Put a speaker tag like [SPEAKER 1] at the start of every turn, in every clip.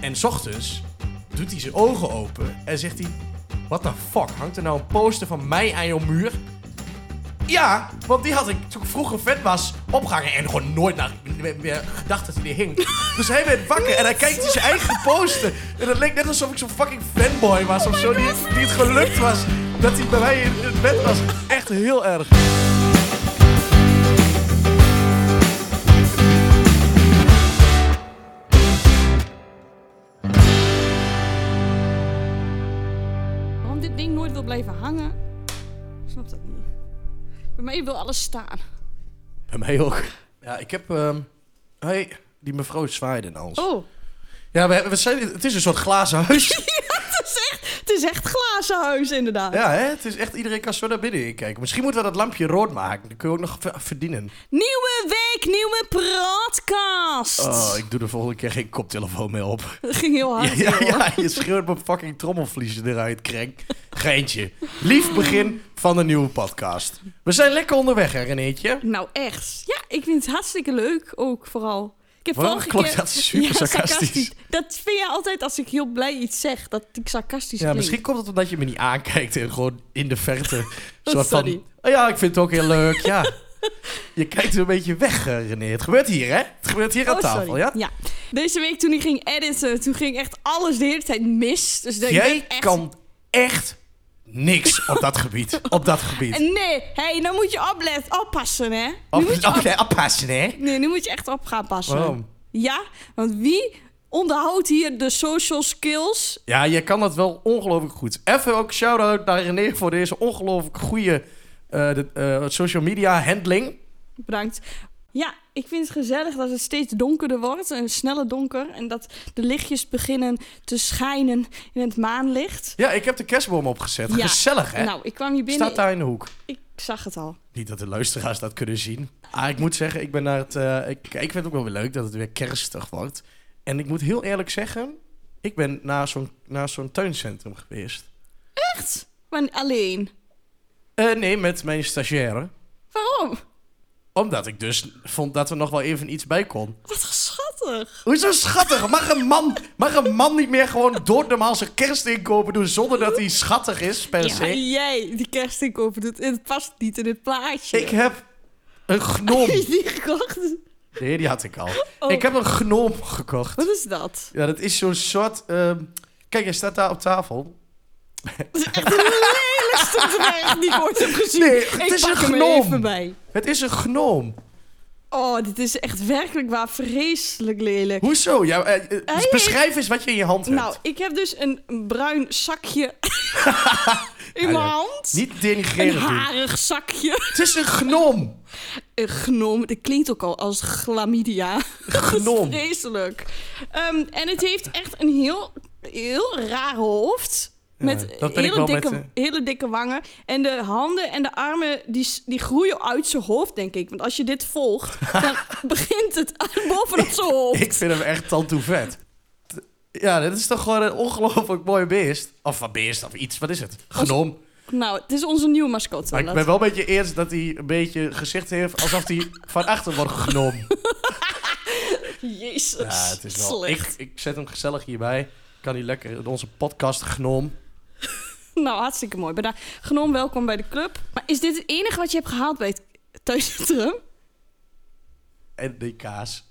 [SPEAKER 1] En 's ochtends doet hij zijn ogen open en zegt hij... What the fuck, hangt er nou een poster van mij aan jouw muur? Ja, want die had ik toen ik vroeger vet was opgehangen en gewoon nooit naar meer gedacht dat hij er hing. Dus hij werd wakker en hij kijkt in zijn eigen poster. En het leek net alsof ik zo'n fucking fanboy was of zo, die, het- die het gelukt was dat hij bij mij in het bed was. Echt heel erg.
[SPEAKER 2] Waarom dit ding nooit wil blijven hangen, ik snap dat niet. Bij mij wil alles staan.
[SPEAKER 1] Bij mij ook. Ja, ik heb... ehm, hey, die mevrouw zwaaide naar ons.
[SPEAKER 2] Oh,
[SPEAKER 1] Ja, we, we zijn, het is een soort glazen huis.
[SPEAKER 2] het is echt, het is echt glazen huis inderdaad.
[SPEAKER 1] Ja, hè? het is echt iedereen kan zo naar binnen kijken. Misschien moeten we dat lampje rood maken. Dan kun je ook nog ver- verdienen.
[SPEAKER 2] Nieuwe week, nieuwe podcast.
[SPEAKER 1] Oh, ik doe de volgende keer geen koptelefoon meer op.
[SPEAKER 2] Dat ging heel hard.
[SPEAKER 1] Ja,
[SPEAKER 2] joh.
[SPEAKER 1] ja, je scheurt mijn fucking trommelvliezen eruit, krenk. Geintje. Lief begin van een nieuwe podcast. We zijn lekker onderweg, hè, Renéetje?
[SPEAKER 2] Nou echt. Ja, ik vind het hartstikke leuk ook vooral. Ik heb
[SPEAKER 1] Waarom
[SPEAKER 2] vorige
[SPEAKER 1] klonk
[SPEAKER 2] keer...
[SPEAKER 1] dat super sarcastisch?
[SPEAKER 2] Dat vind je altijd als ik heel blij iets zeg, dat ik sarcastisch
[SPEAKER 1] Ja,
[SPEAKER 2] klink.
[SPEAKER 1] misschien komt het omdat je me niet aankijkt en gewoon in de verte. een soort
[SPEAKER 2] sorry.
[SPEAKER 1] van. "Oh ja, ik vind het ook heel leuk, ja. Je kijkt een beetje weg, eh, René. Het gebeurt hier, hè? Het gebeurt hier aan
[SPEAKER 2] Oh,
[SPEAKER 1] tafel,
[SPEAKER 2] sorry.
[SPEAKER 1] ja?
[SPEAKER 2] Deze week toen ik ging editen, toen ging echt alles de hele tijd mis. Dus dat ik
[SPEAKER 1] Jij
[SPEAKER 2] denk echt...
[SPEAKER 1] kan echt niks op dat gebied. Op dat gebied.
[SPEAKER 2] En nee, hey, dan moet je oplet, oppassen, hè.
[SPEAKER 1] Op-
[SPEAKER 2] Nu moet je
[SPEAKER 1] op-
[SPEAKER 2] op-
[SPEAKER 1] nee, oppassen, hè?
[SPEAKER 2] Nee, nu moet je echt op gaan passen.
[SPEAKER 1] Waarom?
[SPEAKER 2] Ja, want wie onderhoudt hier de social skills?
[SPEAKER 1] Ja, jij kan dat wel ongelooflijk goed. Even ook shout-out naar René voor deze ongelooflijk goede eh, de- eh, social media handling.
[SPEAKER 2] Bedankt. Ja, ik vind het gezellig dat het steeds donkerder wordt. Een snelle donker. En dat de lichtjes beginnen te schijnen in het maanlicht.
[SPEAKER 1] Ja, ik heb de kerstboom opgezet.
[SPEAKER 2] Ja.
[SPEAKER 1] Gezellig, hè?
[SPEAKER 2] Nou, ik kwam hier binnen.
[SPEAKER 1] Staat daar in de hoek.
[SPEAKER 2] Ik zag het al.
[SPEAKER 1] Niet dat de luisteraars dat kunnen zien. Ah, ik moet zeggen, ik ben naar het. eh, ik, ik vind het ook wel weer leuk dat het weer kerstig wordt. En ik moet heel eerlijk zeggen, ik ben naar zo'n, naar zo'n tuincentrum geweest.
[SPEAKER 2] Echt? Maar alleen.
[SPEAKER 1] Eh, nee, met mijn stagiaire.
[SPEAKER 2] Waarom?
[SPEAKER 1] Omdat ik dus vond dat er nog wel even iets bij kon.
[SPEAKER 2] Wat schattig.
[SPEAKER 1] Hoezo schattig? Mag een man, mag een man niet meer gewoon doodnormaal zijn kerstinkopen doen zonder dat hij schattig is per
[SPEAKER 2] Ja,
[SPEAKER 1] se?
[SPEAKER 2] jij die kersting over doet. Het past niet in het plaatje.
[SPEAKER 1] Ik heb een gnom.
[SPEAKER 2] Heb je die gekocht?
[SPEAKER 1] Nee, die had ik al.
[SPEAKER 2] Oh.
[SPEAKER 1] Ik heb een gnom gekocht.
[SPEAKER 2] Wat is dat?
[SPEAKER 1] Ja, dat is zo'n soort... ehm, Kijk, hij staat daar op tafel.
[SPEAKER 2] Dat is echt de lelijkste dwerg die ik ooit heb gezien.
[SPEAKER 1] Nee, het
[SPEAKER 2] ik
[SPEAKER 1] is
[SPEAKER 2] pak
[SPEAKER 1] een
[SPEAKER 2] hem
[SPEAKER 1] gnom.
[SPEAKER 2] even bij.
[SPEAKER 1] Het is een gnom.
[SPEAKER 2] Oh, dit is echt werkelijk waar vreselijk lelijk.
[SPEAKER 1] Hoezo? Ja, eh, eh,
[SPEAKER 2] Hij
[SPEAKER 1] beschrijf eens wat je in je hand hebt.
[SPEAKER 2] Nou, ik heb dus een bruin zakje in mijn
[SPEAKER 1] ja.
[SPEAKER 2] hand.
[SPEAKER 1] Niet
[SPEAKER 2] Een
[SPEAKER 1] denigrerend doen.
[SPEAKER 2] harig zakje.
[SPEAKER 1] Het is een gnom.
[SPEAKER 2] Een gnom. Dat klinkt ook al als chlamydia.
[SPEAKER 1] Gnom.
[SPEAKER 2] Vreselijk. Ehm, en het heeft echt een heel, heel raar hoofd. Met,
[SPEAKER 1] dat ben ik
[SPEAKER 2] hele,
[SPEAKER 1] wel
[SPEAKER 2] dikke,
[SPEAKER 1] met,
[SPEAKER 2] hele dikke wangen. En de handen en de armen die, s- die groeien uit zijn hoofd, denk ik. Want als je dit volgt, dan begint het bovenop zijn hoofd.
[SPEAKER 1] Ik vind hem echt tantoe vet. T- Ja, dit is toch gewoon een ongelooflijk mooi beest. Of wat beest of iets, wat is het? Gnom.
[SPEAKER 2] Nou, het is onze nieuwe mascotte.
[SPEAKER 1] Maar ik ben wel een beetje eerst dat hij een beetje gezicht heeft alsof hij van achter wordt genomen.
[SPEAKER 2] Jezus,
[SPEAKER 1] Ja, het is wel.
[SPEAKER 2] slecht.
[SPEAKER 1] Ik, ik zet hem gezellig hierbij. Kan hij lekker in onze podcast gnom.
[SPEAKER 2] Nou, hartstikke mooi. Bedankt. Genoom, welkom bij de club. Maar is dit het enige wat je hebt gehaald bij het thuiscentrum?
[SPEAKER 1] En die kaas.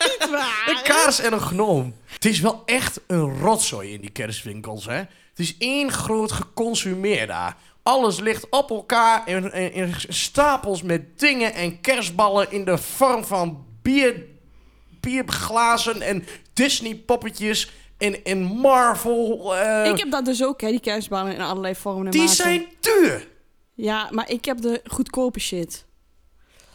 [SPEAKER 2] Niet waar.
[SPEAKER 1] Een kaars en een gnom. Het is wel echt een rotzooi in die kerstwinkels, hè? Het is één groot geconsumeer daar. Alles ligt op elkaar in, in, in stapels met dingen en kerstballen in de vorm van bier, bierglazen en Disney-poppetjes en, en Marvel. eh,
[SPEAKER 2] Ik heb dat dus ook, hè, die kerstballen in allerlei vormen en
[SPEAKER 1] die
[SPEAKER 2] maten.
[SPEAKER 1] zijn duur.
[SPEAKER 2] Ja, maar ik heb de goedkope shit.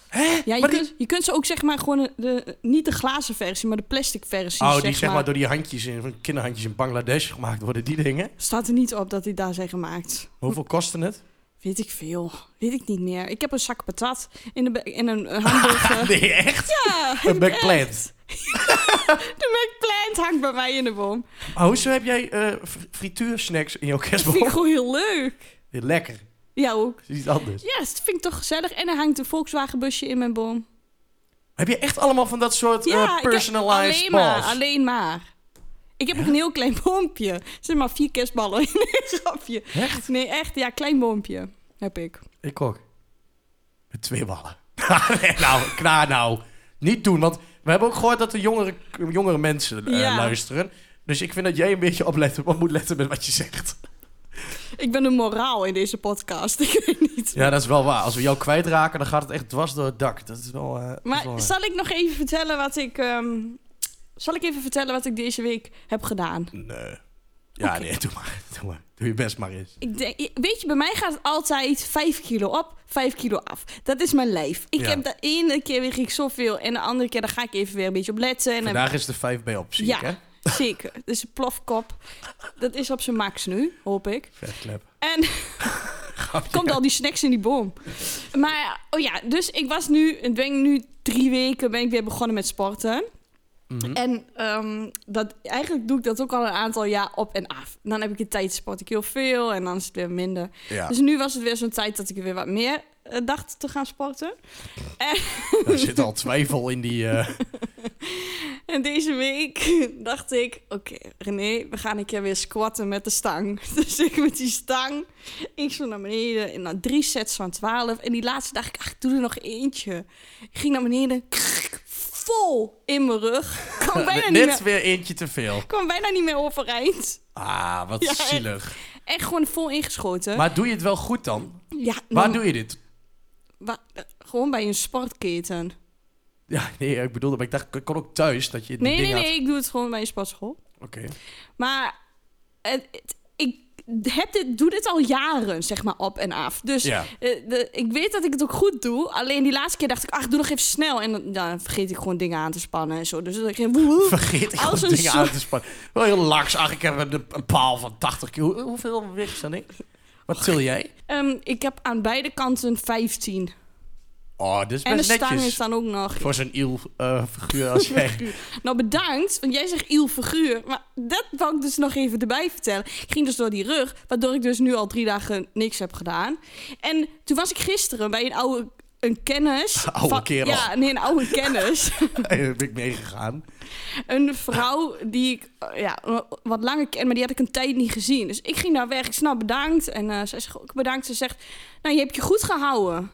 [SPEAKER 1] Hè?
[SPEAKER 2] Ja, je,
[SPEAKER 1] Maar die-
[SPEAKER 2] kunt, je kunt ze ook zeg maar gewoon de, de- niet de glazen versie, maar de plastic versie.
[SPEAKER 1] Oh, die zeg maar door die handjes in, van kinderhandjes in Bangladesh gemaakt worden, die dingen.
[SPEAKER 2] Staat er niet op dat die daar zijn gemaakt.
[SPEAKER 1] Hoeveel kosten het?
[SPEAKER 2] Weet ik veel. Weet ik niet meer. Ik heb een zak patat in, de, be- in een eh, hamburger.
[SPEAKER 1] Nee, echt?
[SPEAKER 2] ja,
[SPEAKER 1] Een
[SPEAKER 2] heb ik
[SPEAKER 1] McPlant.
[SPEAKER 2] echt. De McPlant hangt bij mij in de boom.
[SPEAKER 1] Maar hoezo heb jij eh, fr- frituursnacks in jouw
[SPEAKER 2] Dat vind
[SPEAKER 1] kerstboom?
[SPEAKER 2] ik gewoon heel leuk.
[SPEAKER 1] Ja, Lekker.
[SPEAKER 2] Ja, ook.
[SPEAKER 1] Dat is iets anders.
[SPEAKER 2] Ja, dat vind ik toch gezellig. En er hangt een Volkswagenbusje in mijn boom.
[SPEAKER 1] Heb je echt allemaal van dat soort eh,
[SPEAKER 2] Ja, ik heb-
[SPEAKER 1] personalized
[SPEAKER 2] alleen maar,
[SPEAKER 1] balls?
[SPEAKER 2] alleen maar. Ik heb ook een heel klein boompje. Er zitten maar vier kerstballen in een grapje.
[SPEAKER 1] Echt?
[SPEAKER 2] Nee, echt. Ja, klein boompje heb ik.
[SPEAKER 3] Ik ook.
[SPEAKER 1] Met twee ballen. Nee, nou, klaar nou. Niet doen, want we hebben ook gehoord dat de jongere, jongere mensen eh,
[SPEAKER 2] Ja.
[SPEAKER 1] luisteren. Dus ik vind dat jij een beetje opletten, op moet letten met wat je zegt.
[SPEAKER 2] Ik ben een moraal in deze podcast. Ik weet niet.
[SPEAKER 1] Ja, dat is wel waar. Als we jou kwijtraken, dan gaat het echt dwars door het dak. Dat is wel... eh, dat is
[SPEAKER 2] Maar
[SPEAKER 1] wel waar.
[SPEAKER 2] zal ik nog even vertellen wat ik... ehm, zal ik even vertellen wat ik deze week heb gedaan?
[SPEAKER 1] Nee. Ja,
[SPEAKER 2] Oké.
[SPEAKER 1] nee, doe maar. Doe maar. Doe je best maar eens.
[SPEAKER 2] Ik denk, weet je, bij mij gaat het altijd 5 kilo op, 5 kilo af. Dat is mijn lijf. Ik
[SPEAKER 1] Ja.
[SPEAKER 2] heb de ene keer weeg ik zoveel en de andere keer daar ga ik even weer een beetje op letten. En dan-
[SPEAKER 1] Vandaag is de 5B-optie,
[SPEAKER 2] Ja.
[SPEAKER 1] hè?
[SPEAKER 2] zeker. Dus een plofkop. Dat is op zijn max nu, hoop ik.
[SPEAKER 1] Vetklep.
[SPEAKER 2] En komt al die snacks in die boom. Maar oh ja, dus ik was nu, ik ben nu drie weken ben ik weer begonnen met sporten.
[SPEAKER 1] Mhm.
[SPEAKER 2] En ehm, dat, eigenlijk doe ik dat ook al een aantal jaar op en af. Dan heb ik een tijd sport ik heel veel en dan is het weer minder.
[SPEAKER 1] Ja,
[SPEAKER 2] Dus nu was het weer zo'n tijd dat ik weer wat meer eh, dacht te gaan sporten.
[SPEAKER 1] daar zit al twijfel in die... eh,
[SPEAKER 2] En deze week dacht ik, oké René, we gaan een keer weer squatten met de stang. Dus ik met die stang, ik zo naar beneden en dan drie sets van twaalf. En die laatste dacht ik, ach, ik doe er nog eentje. Ik ging naar beneden, krrk, vol in mijn rug. Kwam bijna, niet
[SPEAKER 1] net
[SPEAKER 2] meer,
[SPEAKER 1] weer eentje te veel.
[SPEAKER 2] kwam bijna niet meer overeind.
[SPEAKER 1] Ah, wat
[SPEAKER 2] Ja, echt.
[SPEAKER 1] zielig.
[SPEAKER 2] Echt gewoon vol ingeschoten.
[SPEAKER 1] Maar doe je het wel goed dan?
[SPEAKER 2] ja,
[SPEAKER 1] Waar
[SPEAKER 2] nou,
[SPEAKER 1] doe je dit?
[SPEAKER 2] wa- eh, gewoon bij een sportketen.
[SPEAKER 1] Ja, nee, ik bedoelde, maar ik dacht, ik kon ook thuis dat je die
[SPEAKER 2] Nee, nee,
[SPEAKER 1] dingen
[SPEAKER 2] nee, ik doe het gewoon bij een sportschool.
[SPEAKER 1] had. Oké.
[SPEAKER 2] Maar het- het- ik heb dit, doe dit al jaren, zeg maar, op en af. Dus
[SPEAKER 1] Ja.
[SPEAKER 2] eh, de- ik weet dat ik het ook goed doe. Alleen die laatste keer dacht ik, ach, doe nog even snel. En dan, dan vergeet ik gewoon dingen aan te spannen en zo. Dus dan ging
[SPEAKER 1] Vergeet ik
[SPEAKER 2] Als
[SPEAKER 1] gewoon
[SPEAKER 2] een
[SPEAKER 1] dingen
[SPEAKER 2] soort-
[SPEAKER 1] aan te spannen. Wel heel laks. Ach, ik heb een, een paal van 80 kilo. Hoe- Hoeveel weegt is dan ik? Wat til jij?
[SPEAKER 2] Ehm, ik heb aan beide kanten 15.
[SPEAKER 1] Oh, dit is
[SPEAKER 2] En de
[SPEAKER 1] best
[SPEAKER 2] stang
[SPEAKER 1] netjes.
[SPEAKER 2] is dan ook nog.
[SPEAKER 1] Voor zo'n iel eh, figuur als jij.
[SPEAKER 2] Nou, bedankt, want jij zegt iel figuur. Maar dat wou ik dus nog even erbij vertellen. Ik ging dus door die rug, waardoor ik dus nu al drie dagen niks heb gedaan. En toen was ik gisteren bij een oude een kennis.
[SPEAKER 1] Oude kerel.
[SPEAKER 2] Ja, nee, een oude kennis.
[SPEAKER 1] Daar ben ik meegegaan.
[SPEAKER 2] een vrouw die ik eh, ja, wat langer ken, maar die had ik een tijd niet gezien. Dus ik ging daar weg. Ik snap bedankt. En eh, zij zegt ook bedankt. Ze zegt, nou, je hebt je goed gehouden.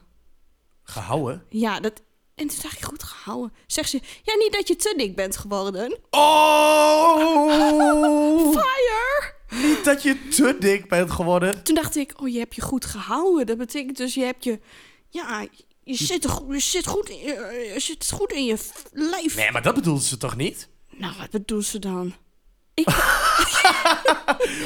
[SPEAKER 1] Gehouden?
[SPEAKER 2] Ja, dat... En toen dacht ik, goed gehouden. Zegt ze, ja, niet dat je te dik bent geworden.
[SPEAKER 1] Oh!
[SPEAKER 2] Fire!
[SPEAKER 1] Niet dat je te dik bent geworden.
[SPEAKER 2] Toen dacht ik, oh, je hebt je goed gehouden. Dat betekent dus, je hebt je... Ja, je zit, er go- je zit, goed, in, je je zit goed in je f- lijf.
[SPEAKER 1] Nee, maar dat bedoelde ze toch niet?
[SPEAKER 2] Nou, wat bedoelt ze dan?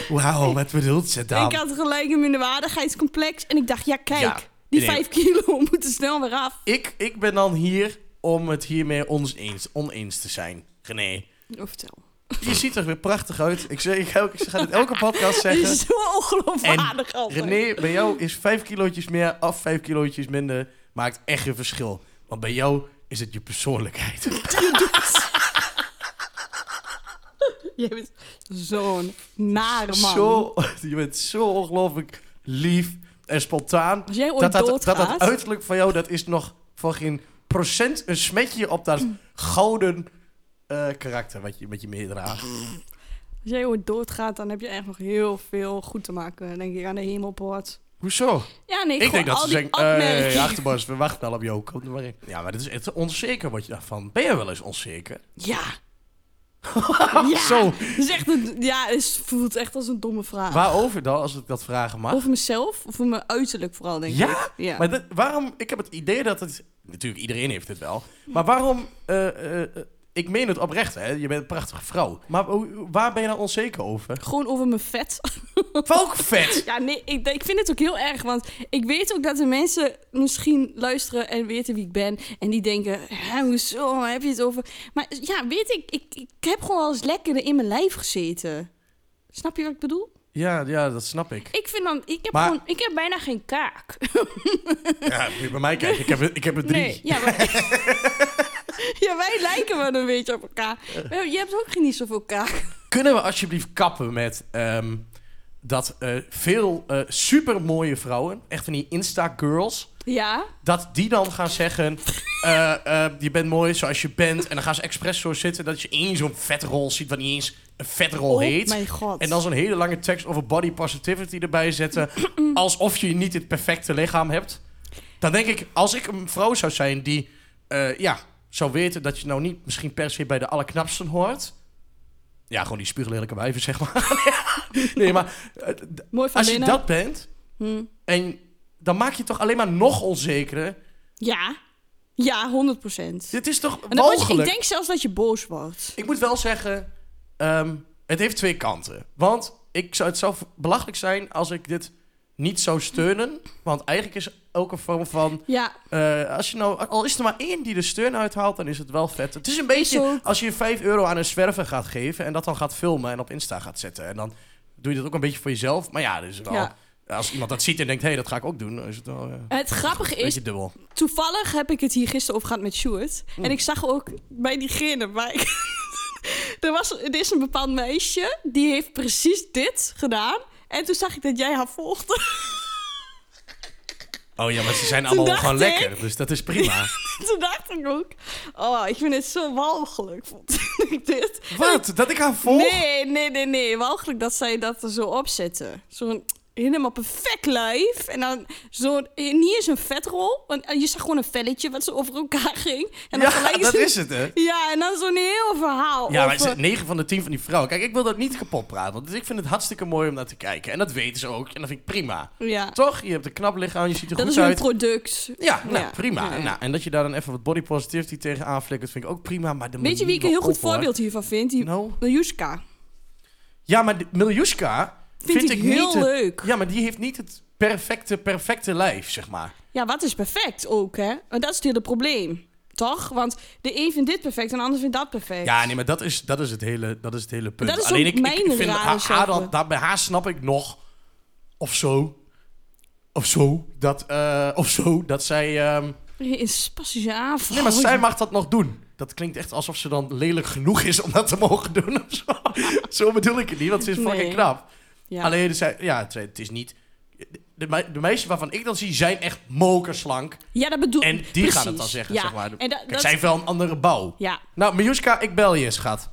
[SPEAKER 1] Wauw, wat bedoelt ze dan?
[SPEAKER 2] Ik had gelijk een minderwaardigheidscomplex. En ik dacht, ja, kijk,
[SPEAKER 1] Nou, Ja,
[SPEAKER 2] die
[SPEAKER 1] nee.
[SPEAKER 2] vijf kilo moeten snel weer af.
[SPEAKER 1] Ik, ik ben dan hier om het hiermee ons eens, oneens te zijn. René.
[SPEAKER 2] Oh, vertel.
[SPEAKER 1] Je ziet er weer prachtig uit. Ik, zeg, ik, ga- ik ga het elke podcast
[SPEAKER 2] Het
[SPEAKER 1] zeggen.
[SPEAKER 2] is zo ongeloofwaardig altijd.
[SPEAKER 1] René, bij jou is 5 kilootjes meer of 5 kilootjes minder. Maakt echt een verschil. Want bij jou is het je persoonlijkheid.
[SPEAKER 2] Je bent zo'n nare man.
[SPEAKER 1] Zo, je bent zo ongelooflijk lief en spontaan.
[SPEAKER 2] Als jij ooit
[SPEAKER 1] dat, dat, dat dat
[SPEAKER 2] doodgaat-
[SPEAKER 1] uiterlijk van jou, dat is nog van geen procent een smetje op dat
[SPEAKER 2] Mm.
[SPEAKER 1] gouden eh, karakter wat je met je meedraagt.
[SPEAKER 2] Als jij ooit doodgaat, dan heb je echt nog heel veel goed te maken. Denk ik aan de hemelpoort.
[SPEAKER 1] Hoezo?
[SPEAKER 2] Ja, nee,
[SPEAKER 1] Ik
[SPEAKER 2] gewoon
[SPEAKER 1] denk dat ze
[SPEAKER 2] al die
[SPEAKER 1] zeggen,
[SPEAKER 2] opmerkingen.
[SPEAKER 1] eh achterbas, we wachten al op jou, kom er maar in. Ja, maar dit is echt onzeker wat je daarvan... Ben je wel eens onzeker?
[SPEAKER 2] Ja. ja.
[SPEAKER 1] Zo.
[SPEAKER 2] Het is echt een, ja, het is- voelt echt als een domme vraag.
[SPEAKER 1] Waarover dan, als ik dat vragen mag?
[SPEAKER 2] Over mezelf, of over mijn uiterlijk vooral, denk
[SPEAKER 1] Ja?
[SPEAKER 2] ik. Ja?
[SPEAKER 1] Maar dat- waarom, ik heb het idee dat het... Natuurlijk, iedereen heeft het wel. Maar waarom... eh, eh, eh, ik meen het oprecht, hè. Je bent een prachtige vrouw. Maar hoe- waar ben je nou onzeker over?
[SPEAKER 2] Gewoon over mijn vet.
[SPEAKER 1] Ook vet!
[SPEAKER 2] Ja, nee, ik, ik vind het ook heel erg. Want ik weet ook dat de mensen misschien luisteren en weten wie ik ben. En die denken, hè, hoezo, waar heb je het over? Maar ja, weet ik, ik, ik heb gewoon wel eens lekkerder in mijn lijf gezeten. Snap je wat ik bedoel?
[SPEAKER 1] Ja, ja, dat snap ik.
[SPEAKER 2] Ik vind dan, ik heb
[SPEAKER 1] Maar-
[SPEAKER 2] gewoon, ik heb bijna geen kaak.
[SPEAKER 1] Ja, moet je bij mij kijken. Ik heb, er- ik heb er drie.
[SPEAKER 2] Nee, ja, maar... ja, wij lijken wel een beetje op elkaar. Maar Je hebt ook geen niet zoveel kaak.
[SPEAKER 1] Kunnen we alsjeblieft kappen met ehm, dat eh, veel eh supermooie vrouwen, echt van die Insta-girls,
[SPEAKER 2] Ja,
[SPEAKER 1] dat die dan gaan zeggen: eh, eh, Je bent mooi zoals je bent. En dan gaan ze expres zo zitten dat je één zo'n vetrol ziet, wat niet eens een vetrol
[SPEAKER 2] Oh
[SPEAKER 1] heet.
[SPEAKER 2] mijn god.
[SPEAKER 1] En dan zo'n hele lange tekst over body positivity erbij zetten. alsof je niet het perfecte lichaam hebt. Dan denk ik, als ik een vrouw zou zijn die eh, ja, zou weten dat je nou niet misschien per se bij de allerknapsten hoort. Ja, gewoon die spiegelelijke wijven, zeg maar. nee, maar eh, d-
[SPEAKER 2] Mooi van
[SPEAKER 1] als je
[SPEAKER 2] binnen.
[SPEAKER 1] dat bent,
[SPEAKER 2] Hm.
[SPEAKER 1] en dan maak je het toch alleen maar nog onzekerder.
[SPEAKER 2] Ja. Ja, 100 procent.
[SPEAKER 1] Dit is toch
[SPEAKER 2] En dan word
[SPEAKER 1] mogelijk?
[SPEAKER 2] je, ik denk zelfs dat je boos wordt.
[SPEAKER 1] Ik moet wel zeggen, ehm, het heeft twee kanten. Want ik zou, het zou belachelijk zijn als ik dit niet zou steunen. Want eigenlijk is ook een vorm van...
[SPEAKER 2] Ja,
[SPEAKER 1] eh, als je nou, al is er maar één die de steun uithaalt, dan is het wel vet. Het is een beetje
[SPEAKER 2] ook.
[SPEAKER 1] als je 5 euro aan een zwerver gaat geven... en dat dan gaat filmen en op Insta gaat zetten. En dan doe je dat ook een beetje voor jezelf. Maar ja, dus wel,
[SPEAKER 2] Ja.
[SPEAKER 1] als iemand dat ziet en denkt... hé, hey, dat ga ik ook doen, dan is het wel eh, een
[SPEAKER 2] het grappige is,
[SPEAKER 1] beetje dubbel.
[SPEAKER 2] toevallig heb ik het hier gisteren over gehad met Stuart. En ik zag ook bij diegene waar ik... er, was, er is een bepaald meisje, die heeft precies dit gedaan. En toen zag ik dat jij haar volgde.
[SPEAKER 1] Oh ja, maar ze zijn allemaal
[SPEAKER 2] dacht
[SPEAKER 1] gewoon
[SPEAKER 2] ik-
[SPEAKER 1] lekker. Dus dat is prima.
[SPEAKER 2] toen dacht ik ook, oh, ik vind het zo walgelijk, vond ik dit.
[SPEAKER 1] Wat? Dat ik haar volg?
[SPEAKER 2] Nee, nee, nee, nee. Walgelijk dat zij dat er zo opzetten. Zo'n helemaal perfect lijf. En dan zo'n... Niet eens een vetrol. want eh, Je zag gewoon een velletje wat ze over elkaar ging. En dan
[SPEAKER 1] Ja,
[SPEAKER 2] gelijk
[SPEAKER 1] dat is het, hè?
[SPEAKER 2] Ja, en dan zo'n heel verhaal.
[SPEAKER 1] Ja, maar
[SPEAKER 2] over-
[SPEAKER 1] 9 van de 10 van die vrouwen. Kijk, ik wil dat niet kapot praten. Want ik vind het hartstikke mooi om naar te kijken. En dat weten ze ook. En dat vind ik prima.
[SPEAKER 2] ja.
[SPEAKER 1] Toch? Je hebt een knap lichaam, je ziet er
[SPEAKER 2] Dat
[SPEAKER 1] goed
[SPEAKER 2] is hun
[SPEAKER 1] uit.
[SPEAKER 2] product.
[SPEAKER 1] Ja, nou,
[SPEAKER 2] Ja.
[SPEAKER 1] prima.
[SPEAKER 2] Ja, ja.
[SPEAKER 1] Nou, en dat je daar dan even wat body positivity tegen aanflikkert, vind ik ook prima. Maar de
[SPEAKER 2] Weet je wie ik een heel goed voorbeeld hiervan vind? Die
[SPEAKER 1] Nou.
[SPEAKER 2] Miljuska.
[SPEAKER 1] Ja, maar de- Miljuska
[SPEAKER 2] Vind ik heel
[SPEAKER 1] niet het-
[SPEAKER 2] leuk.
[SPEAKER 1] ja, maar die heeft niet het perfecte, perfecte lijf, zeg maar.
[SPEAKER 2] Ja, wat is perfect ook, hè? Want dat is het hele probleem. Toch? Want de een vindt dit perfect en de ander vindt dat perfect.
[SPEAKER 1] Ja, nee, maar dat is, dat is, het, hele, dat is het hele punt.
[SPEAKER 2] Dat is
[SPEAKER 1] Alleen
[SPEAKER 2] ook
[SPEAKER 1] ik,
[SPEAKER 2] mijn
[SPEAKER 1] ik vind
[SPEAKER 2] rare
[SPEAKER 1] haar, haar
[SPEAKER 2] zelf.
[SPEAKER 1] dan, daar- bij haar snap ik nog of zo. Of zo. Dat, eh, of zo, dat zij. ehm,
[SPEAKER 2] Een spastische aanval.
[SPEAKER 1] nee, maar zij mag dat nog doen. Dat klinkt echt alsof ze dan lelijk genoeg is om dat te mogen doen. Of zo. zo bedoel ik het niet, want ze is fucking
[SPEAKER 2] Nee.
[SPEAKER 1] knap.
[SPEAKER 2] Ja.
[SPEAKER 1] Alleen, zij, ja, het, het is niet. De, me- de meisjes waarvan ik dan zie, zijn echt mokerslank.
[SPEAKER 2] Ja, dat bedoel
[SPEAKER 1] En die gaan het
[SPEAKER 2] Precies.
[SPEAKER 1] dan zeggen,
[SPEAKER 2] Ja,
[SPEAKER 1] zeg maar.
[SPEAKER 2] En da-
[SPEAKER 1] Kijk,
[SPEAKER 2] dat,
[SPEAKER 1] zij heeft wel een andere bouw.
[SPEAKER 2] Ja,
[SPEAKER 1] Nou, Miljuska, ik bel je, schat.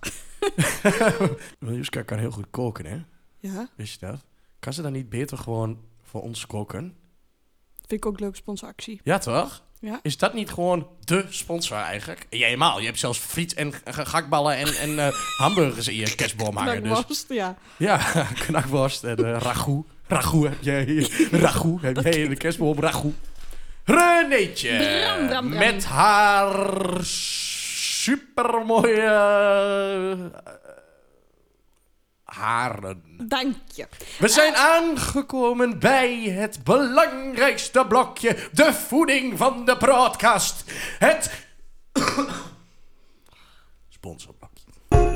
[SPEAKER 1] Miljuska kan heel goed koken, hè?
[SPEAKER 2] ja.
[SPEAKER 1] Wist je dat? Kan ze dan niet beter gewoon voor ons koken?
[SPEAKER 2] Vind ik ook een leuke sponsoractie.
[SPEAKER 1] Ja, toch?
[SPEAKER 2] Ja.
[SPEAKER 1] Is dat niet gewoon de sponsor eigenlijk? Ja, helemaal. Je hebt zelfs friet en g- g- gakballen en, en eh, hamburgers in je kerstboom hangen. Dus.
[SPEAKER 2] Knakworst, ja.
[SPEAKER 1] Ja, knakworst en eh, ragout. Ragout heb jij hier. Ragout heb jij in de kerstboom. Ragout. Renéetje.
[SPEAKER 2] Bram, bram, bram.
[SPEAKER 1] Met haar supermooie eh, haren.
[SPEAKER 2] Dank je.
[SPEAKER 1] We zijn aangekomen bij het belangrijkste blokje. De voeding van de broadcast. Het... Sponsorblokje.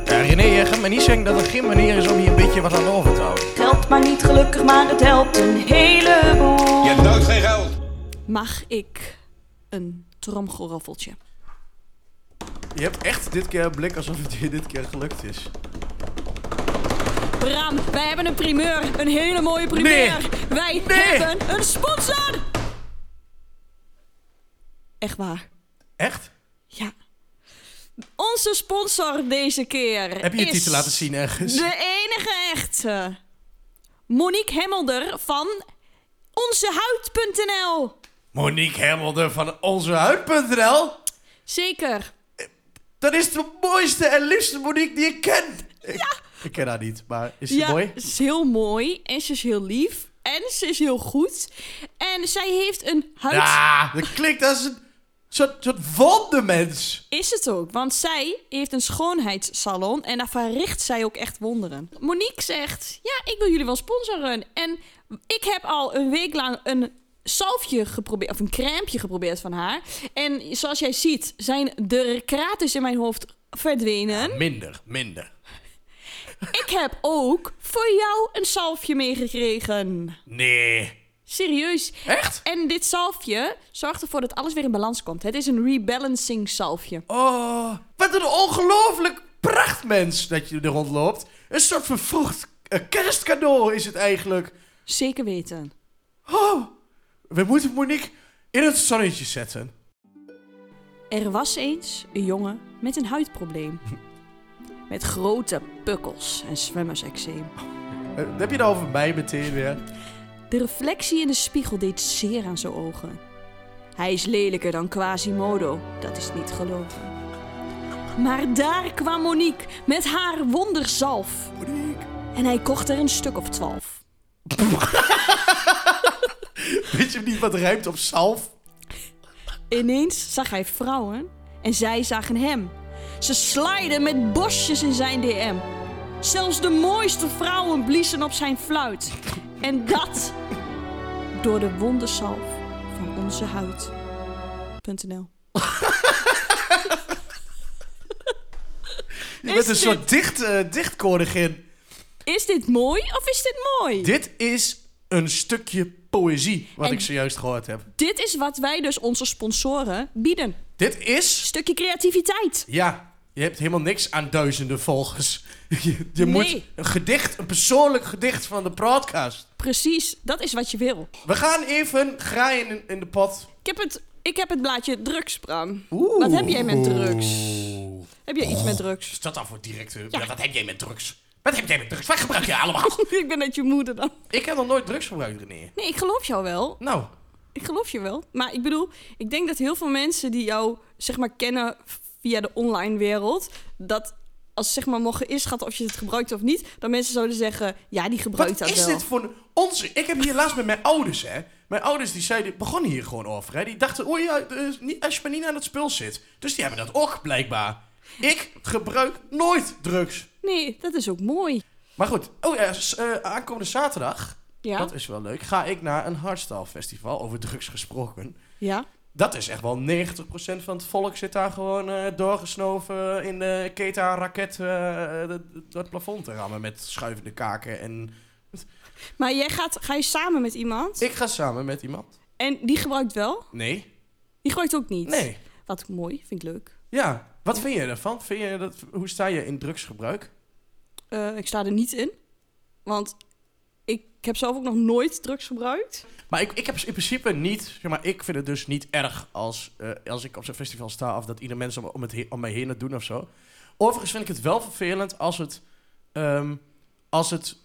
[SPEAKER 1] Ja, René, ga maar niet zeggen dat er geen manier is om hier een beetje wat aan over te houden.
[SPEAKER 3] Geld maar niet gelukkig, maar het helpt een heleboel.
[SPEAKER 4] Je hebt nooit geen geld.
[SPEAKER 2] Mag ik een tromgeroffeltje?
[SPEAKER 1] Je hebt echt dit keer een blik alsof het je dit keer gelukt is.
[SPEAKER 2] Bram, wij hebben een primeur. Een hele mooie primeur. Wij
[SPEAKER 1] Nee.
[SPEAKER 2] hebben een sponsor. Echt waar.
[SPEAKER 1] Echt?
[SPEAKER 2] Ja. Onze sponsor deze keer
[SPEAKER 1] Heb je je
[SPEAKER 2] is...
[SPEAKER 1] titel laten zien ergens?
[SPEAKER 2] De enige echte. Monique Hemmelder van onzehuid.nl.
[SPEAKER 1] Monique Hermelder van onzehuid.nl?
[SPEAKER 2] Zeker.
[SPEAKER 1] Dat is de mooiste en liefste Monique die ik ken. Ja. Ik ken haar niet, maar is ze
[SPEAKER 2] ja,
[SPEAKER 1] mooi?
[SPEAKER 2] ze is heel mooi en ze is heel lief en ze is heel goed. En zij heeft een huid...
[SPEAKER 1] Ja, dat klinkt als een soort, soort wondermens.
[SPEAKER 2] Is het ook, want zij heeft een schoonheidssalon en daar verricht zij ook echt wonderen. Monique zegt, ja, ik wil jullie wel sponsoren. En ik heb al een week lang een salfje geprobeerd, of een crème geprobeerd van haar. En zoals jij ziet, zijn de kraters in mijn hoofd verdwenen.
[SPEAKER 1] Minder, minder.
[SPEAKER 2] Ik heb ook voor jou een salfje meegekregen.
[SPEAKER 1] Nee.
[SPEAKER 2] Serieus.
[SPEAKER 1] Echt?
[SPEAKER 2] En dit salfje zorgt ervoor dat alles weer in balans komt. Het is een rebalancing salfje.
[SPEAKER 1] Oh, wat een ongelooflijk prachtmens dat je er rondloopt. Een soort vervroegd eh, kerstcadeau is het eigenlijk.
[SPEAKER 2] Zeker weten.
[SPEAKER 1] Oh, we moeten Monique in het zonnetje zetten.
[SPEAKER 2] Er was eens een jongen met een huidprobleem. met grote pukkels en zwemmerseczeem.
[SPEAKER 1] Eh, heb je het over mij meteen weer?
[SPEAKER 2] De reflectie in de spiegel deed zeer aan zijn ogen. Hij is lelijker dan Quasimodo, dat is niet gelogen. Maar daar kwam Monique met haar wonderzalf.
[SPEAKER 1] Monique.
[SPEAKER 2] En hij kocht er een stuk of twaalf.
[SPEAKER 1] Weet je niet wat rijmt op zalf?
[SPEAKER 2] Ineens zag hij vrouwen en zij zagen hem. Ze sliden met bosjes in zijn DM. Zelfs de mooiste vrouwen bliezen op zijn fluit. En dat door de wondersalf van onze huid. .nl.
[SPEAKER 1] Je bent een
[SPEAKER 2] dit-
[SPEAKER 1] soort dicht, eh, dichtkoningin.
[SPEAKER 2] Is dit mooi of is dit mooi? Dit,
[SPEAKER 1] Dit is een stukje poëzie, wat
[SPEAKER 2] En-
[SPEAKER 1] ik zojuist gehoord heb.
[SPEAKER 2] is wat wij dus onze sponsoren bieden.
[SPEAKER 1] Dit is...
[SPEAKER 2] Stukje creativiteit.
[SPEAKER 1] Ja, je hebt helemaal niks aan duizenden volgers. Je, je
[SPEAKER 2] Nee.
[SPEAKER 1] moet een gedicht, een persoonlijk gedicht van de podcast.
[SPEAKER 2] Precies, dat is wat je wil.
[SPEAKER 1] We gaan even graaien in, in de pot.
[SPEAKER 2] Ik heb het, ik heb het blaadje drugs, Bram.
[SPEAKER 1] Oeh.
[SPEAKER 2] Wat heb jij met drugs?
[SPEAKER 1] Oeh.
[SPEAKER 2] Heb jij iets met
[SPEAKER 1] Is
[SPEAKER 2] drugs?
[SPEAKER 1] dat dan voor directe... Ja. wat heb jij met drugs? Wat heb jij met drugs? Wat gebruik je allemaal?
[SPEAKER 2] ik ben net je moeder dan.
[SPEAKER 1] ik heb nog nooit drugs gebruikt, René.
[SPEAKER 2] Nee, ik geloof jou wel.
[SPEAKER 1] Nou,
[SPEAKER 2] Ik geloof je wel. Maar ik bedoel, ik denk dat heel veel mensen die jou zeg maar kennen via de online wereld, dat als zeg maar mogen inschatten of je het gebruikt of niet, dan mensen zouden zeggen, ja, die gebruikt
[SPEAKER 1] Wat
[SPEAKER 2] dat
[SPEAKER 1] is
[SPEAKER 2] wel.
[SPEAKER 1] dit voor een onzin? Ik heb hier laatst met mijn ouders, hè. Mijn ouders die zeiden, begonnen hier gewoon over. Hè. Die dachten, oh ja, eh, niet- als je maar niet aan het spul zit. Dus die hebben dat ook, blijkbaar. Ik gebruik nooit drugs.
[SPEAKER 2] Nee, dat is ook mooi.
[SPEAKER 1] Maar goed, oh ja, s- eh, aankomende zaterdag,
[SPEAKER 2] Ja.
[SPEAKER 1] dat is wel leuk, ga ik naar een hardstyle festival, over drugs gesproken.
[SPEAKER 2] Ja.
[SPEAKER 1] Dat is echt wel 90% van het volk zit daar gewoon eh, doorgesnoven in de keta-raket eh, eh, door het plafond te rammen met schuivende kaken. En
[SPEAKER 2] Maar jij gaat, ga je samen met iemand
[SPEAKER 1] ik ga samen met iemand.
[SPEAKER 2] en die gebruikt wel?
[SPEAKER 1] Nee.
[SPEAKER 2] Die gebruikt ook niet?
[SPEAKER 1] Nee.
[SPEAKER 2] Wat mooi, vind ik leuk.
[SPEAKER 1] Ja, wat vind je ervan? Vind je dat, hoe sta je in drugsgebruik?
[SPEAKER 2] Eh, ik sta er niet in, want ik heb zelf ook nog nooit drugs gebruikt.
[SPEAKER 1] Maar ik, ik heb dus in principe niet, zeg maar, ik vind het dus niet erg als, eh, als ik op zo'n festival sta of dat ieder mens om, om, het he- om mij heen het doen of zo. Overigens vind ik het wel vervelend als het, ehm, als het,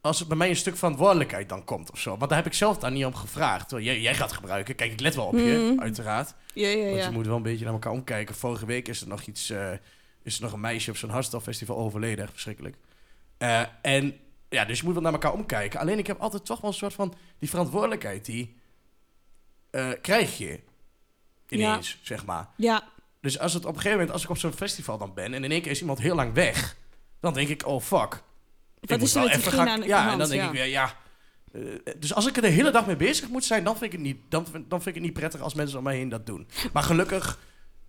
[SPEAKER 1] als het bij mij een stuk verantwoordelijkheid dan komt of zo. Want daar heb ik zelf daar niet om gevraagd. Terwijl Jij, jij gaat gebruiken, kijk, ik let wel op je,
[SPEAKER 2] Mhm.
[SPEAKER 1] uiteraard.
[SPEAKER 2] Ja, ja,
[SPEAKER 1] Want je
[SPEAKER 2] ja.
[SPEAKER 1] moet wel een beetje naar elkaar omkijken. Vorige week is er nog iets. eh, is er nog een meisje op zo'n hardstylefestival overleden. Echt Verschrikkelijk. Eh, en ja, dus je moet wel naar elkaar omkijken. Alleen ik heb altijd toch wel een soort van. Die verantwoordelijkheid die. eh, krijg je. Ineens, zeg maar.
[SPEAKER 2] Ja,
[SPEAKER 1] Dus als het op een gegeven moment. Als ik op zo'n festival dan ben. En in één keer is iemand heel lang weg. Dan denk ik, oh fuck. Ik
[SPEAKER 2] wat
[SPEAKER 1] moet
[SPEAKER 2] is er
[SPEAKER 1] wel
[SPEAKER 2] met
[SPEAKER 1] even
[SPEAKER 2] die vrienden
[SPEAKER 1] gaan-
[SPEAKER 2] aan de
[SPEAKER 1] Ja,
[SPEAKER 2] hand?
[SPEAKER 1] en dan denk
[SPEAKER 2] ja.
[SPEAKER 1] ik weer, ja. Eh, dus als ik er de hele dag mee bezig moet zijn, dan vind ik het niet, dan, vind- dan vind ik het niet prettig als mensen om mij heen dat doen. Maar gelukkig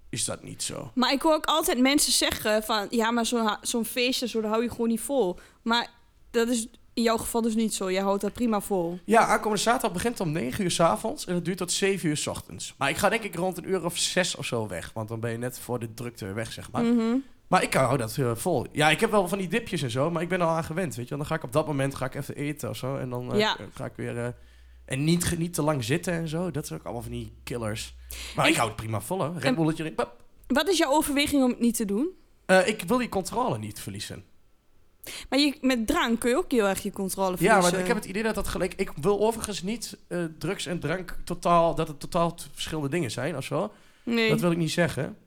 [SPEAKER 1] is dat niet zo.
[SPEAKER 2] Maar ik hoor ook altijd mensen zeggen van... ja, maar zo'n ha- zo'n feestje, zo, dat hou je gewoon niet vol. Maar dat is in jouw geval dus niet zo. Jij houdt dat prima vol.
[SPEAKER 1] Ja, aankomende zaterdag begint om 9 uur s avonds en het duurt tot 7 uur s ochtends. Maar ik ga denk ik rond een uur of zes of zo weg, want dan ben je net voor de drukte weg, zeg maar.
[SPEAKER 2] Mhm.
[SPEAKER 1] Maar ik hou dat eh, vol. Ja, ik heb wel van die dipjes en zo, maar ik ben er al aan gewend, weet je. wel. Dan ga ik op dat moment ga ik even eten of zo en dan eh,
[SPEAKER 2] Ja.
[SPEAKER 1] ga ik weer... eh, en niet, ge- niet te lang zitten en zo. Dat is ook allemaal van die killers. Maar
[SPEAKER 2] En-
[SPEAKER 1] ik hou het prima vol, hè.
[SPEAKER 2] en-
[SPEAKER 1] Red Bulletje erin. pap.
[SPEAKER 2] Wat is jouw overweging om het niet te doen?
[SPEAKER 1] Eh, ik wil die controle niet verliezen.
[SPEAKER 2] Maar je, met drank kun je ook heel erg je controle
[SPEAKER 1] Ja,
[SPEAKER 2] verliezen.
[SPEAKER 1] maar ik heb het idee dat dat gelijk... Ik wil overigens niet eh, drugs en drank totaal... Dat het totaal t- verschillende dingen zijn of zo.
[SPEAKER 2] Nee.
[SPEAKER 1] Dat wil ik niet zeggen.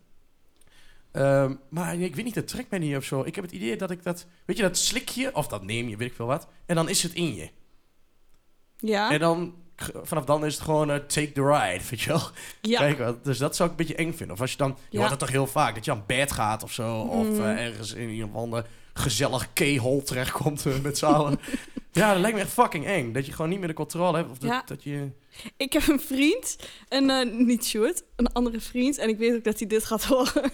[SPEAKER 1] Ehm, maar ik weet niet, dat trekt mij niet of zo. Ik heb het idee dat ik dat... Weet je, dat slik je of dat neem je, weet ik veel wat. En dan is het in je.
[SPEAKER 2] Ja?
[SPEAKER 1] En dan... g- Vanaf dan is het gewoon eh, take the ride, weet je wel.
[SPEAKER 2] ja.
[SPEAKER 1] Kijk, wat, dus dat zou ik een beetje eng vinden. Of als je dan, je
[SPEAKER 2] Ja.
[SPEAKER 1] hoort het toch heel vaak, dat je aan bed gaat of zo. Of
[SPEAKER 2] Mhm.
[SPEAKER 1] eh, ergens in een of ander gezellig keyhole terechtkomt eh, met z'n allen. ja, dat lijkt me echt fucking eng. Dat je gewoon niet meer de controle hebt. Of dat,
[SPEAKER 2] Ja.
[SPEAKER 1] dat je...
[SPEAKER 2] Ik heb een vriend, een, eh, niet Sjoerd, een andere vriend. En ik weet ook dat hij dit gaat horen.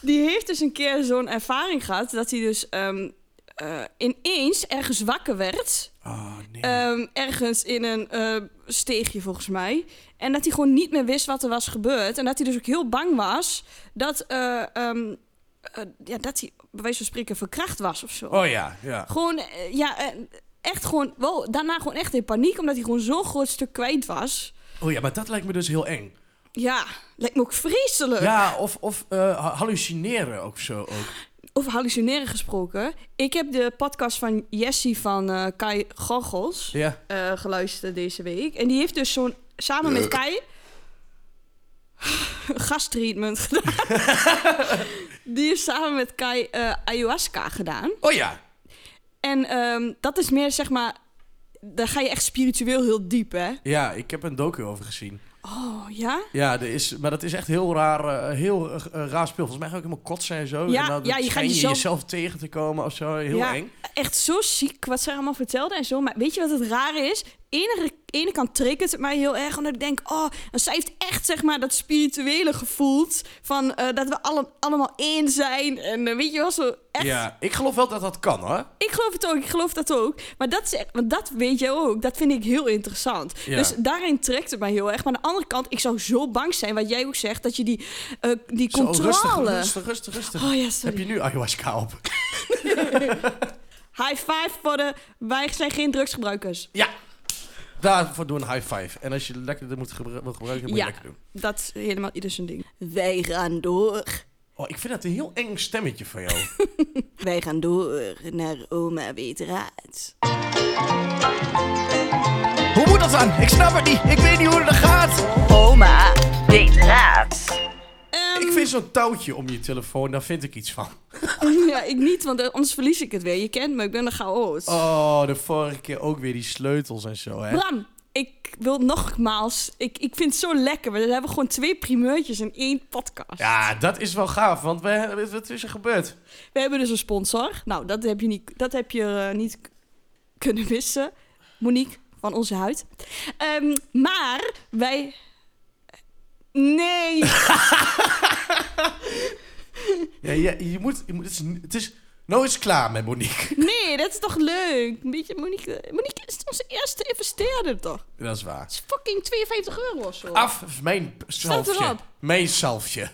[SPEAKER 2] Die heeft dus een keer zo'n ervaring gehad... dat hij dus ehm, eh, ineens ergens wakker werd...
[SPEAKER 1] Oh, nee.
[SPEAKER 2] Ehm, ergens in een eh, steegje volgens mij. En dat hij gewoon niet meer wist wat er was gebeurd. En dat hij dus ook heel bang was dat, eh, ehm, eh, ja, dat hij bij wijze van spreken verkracht was of zo.
[SPEAKER 1] oh ja, ja.
[SPEAKER 2] Gewoon, eh, ja, eh, echt gewoon, wow, daarna gewoon echt in paniek omdat hij gewoon zo'n groot stuk kwijt was.
[SPEAKER 1] Oh ja, maar dat lijkt me dus heel eng.
[SPEAKER 2] Ja, lijkt me ook vreselijk.
[SPEAKER 1] Ja, of, of eh, ha- hallucineren ook zo. Ook.
[SPEAKER 2] over hallucineren gesproken. Ik heb de podcast van Jessie van eh, Kai Goggels
[SPEAKER 1] Ja.
[SPEAKER 2] eh, geluisterd deze week. En die heeft dus zo'n, samen met Kai, gastreatment gedaan. die heeft samen met Kai eh, ayahuasca gedaan.
[SPEAKER 1] Oh ja.
[SPEAKER 2] En ehm, dat is meer, zeg maar, daar ga je echt spiritueel heel diep, hè?
[SPEAKER 1] Ja, ik heb een docu over gezien.
[SPEAKER 2] Oh, ja?
[SPEAKER 1] Ja, er is, maar dat is echt heel raar, eh, heel eh, eh, raar speel. Volgens mij ga ik helemaal kotsen en zo.
[SPEAKER 2] Ja,
[SPEAKER 1] en dan
[SPEAKER 2] ja, je
[SPEAKER 1] schijn
[SPEAKER 2] gaat
[SPEAKER 1] je
[SPEAKER 2] jezelf-
[SPEAKER 1] jezelf tegen te komen of zo. Heel
[SPEAKER 2] Ja,
[SPEAKER 1] eng.
[SPEAKER 2] Echt zo ziek wat ze allemaal vertelde en zo. Maar weet je wat het rare is? Enige, ene kant triggert het mij heel erg. Omdat ik denk, oh, en zij heeft echt zeg maar, dat spirituele gevoeld. Van eh, dat we alle, allemaal één zijn. En eh, weet je wel, zo echt.
[SPEAKER 1] Ja, ik geloof wel dat dat kan hoor.
[SPEAKER 2] Ik geloof het ook, ik geloof dat ook. Maar dat, is echt- want dat weet je ook. Dat vind ik heel interessant.
[SPEAKER 1] Ja.
[SPEAKER 2] Dus daarin trekt het mij heel erg. Maar aan de andere kant, ik zou zo bang zijn, wat jij ook zegt, dat je die, eh, die
[SPEAKER 1] Zo,
[SPEAKER 2] controle.
[SPEAKER 1] rustig, rustig, rustig, rustig.
[SPEAKER 2] Oh ja,
[SPEAKER 1] heb
[SPEAKER 2] sorry.
[SPEAKER 1] je nu ayahuasca op?
[SPEAKER 2] High five voor de. Wij zijn geen drugsgebruikers.
[SPEAKER 1] Ja. Daarvoor doe een high five. En als je lekker dit moet gebru- wil gebruiken, moet
[SPEAKER 2] Ja.
[SPEAKER 1] je lekker doen.
[SPEAKER 2] Dat is helemaal ieder zijn ding. Wij gaan door.
[SPEAKER 1] Oh, ik vind dat een heel eng stemmetje van jou.
[SPEAKER 2] Wij gaan door naar oma weet raad.
[SPEAKER 1] hoe moet dat dan? Ik snap het niet. Ik weet niet hoe dat gaat.
[SPEAKER 3] Oma weet raad.
[SPEAKER 2] Ehm,
[SPEAKER 1] Ik vind zo'n touwtje om je telefoon, daar vind ik iets van.
[SPEAKER 2] ja, ik niet, want eh, anders verlies ik het weer. Je kent me, ik ben een chaos.
[SPEAKER 1] Oh, de vorige keer ook weer die sleutels en zo, hè?
[SPEAKER 2] Bram, ik wil nogmaals... Ik, ik vind het zo lekker. We hebben gewoon twee primeurtjes in één podcast.
[SPEAKER 1] Ja, dat is wel gaaf, want we, wat is er gebeurd?
[SPEAKER 2] We hebben dus een sponsor. Nou, dat heb je niet, dat heb je, eh, niet k- kunnen missen. Monique van Onze Huid. Ehm, maar wij... Nee!
[SPEAKER 1] Ja, je, je moet, je moet het, is, het is... Nou is het klaar met Monique.
[SPEAKER 2] Nee, dat is toch leuk? Een beetje Monique. Monique is onze eerste investeerder toch?
[SPEAKER 1] Dat is waar.
[SPEAKER 2] Dat is fucking 52 euro of zo.
[SPEAKER 1] Af mijn zalfje.
[SPEAKER 2] erop.
[SPEAKER 1] Mijn zalfje.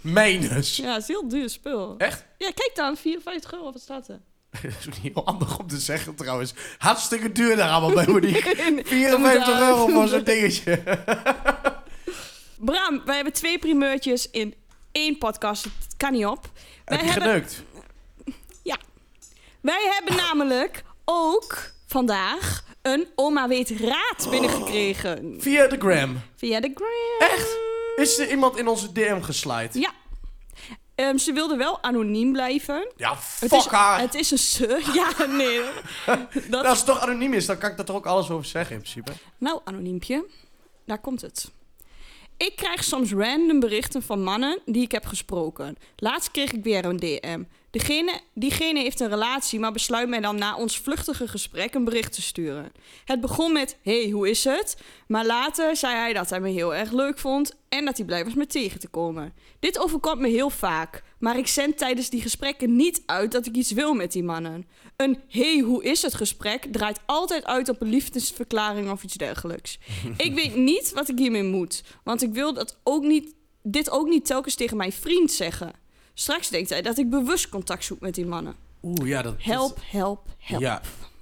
[SPEAKER 1] Mijnes.
[SPEAKER 2] Ja, dat is heel duur spul.
[SPEAKER 1] Echt?
[SPEAKER 2] Ja, kijk dan, 54 euro, wat staat er?
[SPEAKER 1] Dat is ook niet heel handig om te zeggen trouwens. Hartstikke duur daar allemaal bij Monique.
[SPEAKER 2] En-
[SPEAKER 1] 54 euro voor zo'n dingetje.
[SPEAKER 2] Bram, wij hebben twee primeurtjes in één podcast. Het kan niet op. Wij
[SPEAKER 1] Heb je
[SPEAKER 2] hebben,
[SPEAKER 1] geneukt?
[SPEAKER 2] wij hebben namelijk ook vandaag een Oma Weet Raad binnengekregen.
[SPEAKER 1] Via de gram.
[SPEAKER 2] Via de gram.
[SPEAKER 1] Oh. Echt? Is er iemand in onze DM geslaaid?
[SPEAKER 2] Ja. Ehm, ze wilde wel anoniem blijven.
[SPEAKER 1] Ja,
[SPEAKER 2] Het
[SPEAKER 1] fuck
[SPEAKER 2] is,
[SPEAKER 1] haar.
[SPEAKER 2] het is een ze. Ja, nee. Dat,
[SPEAKER 1] Als het toch anoniem is, dan kan ik daar toch ook alles over zeggen in principe.
[SPEAKER 2] Nou, anoniempje, daar komt het. Ik krijg soms random berichten van mannen die ik heb gesproken. Laatst kreeg ik weer een DM. Degene, diegene heeft een relatie, maar besluit mij dan na ons vluchtige gesprek een bericht te sturen. Het begon met: hey, hoe is het? Maar later zei hij dat hij me heel erg leuk vond en dat hij blij was me tegen te komen. Dit overkomt me heel vaak, maar ik zend tijdens die gesprekken niet uit dat ik iets wil met die mannen. Een hey, hoe is het gesprek draait altijd uit op een liefdesverklaring of iets dergelijks. ik weet niet wat ik hiermee moet, want ik wil dat ook niet, dit ook niet telkens tegen mijn vriend zeggen. Straks denkt hij dat ik bewust contact zoek met die mannen.
[SPEAKER 1] Oeh, ja, dat...
[SPEAKER 2] Help, help, help.
[SPEAKER 1] Ja.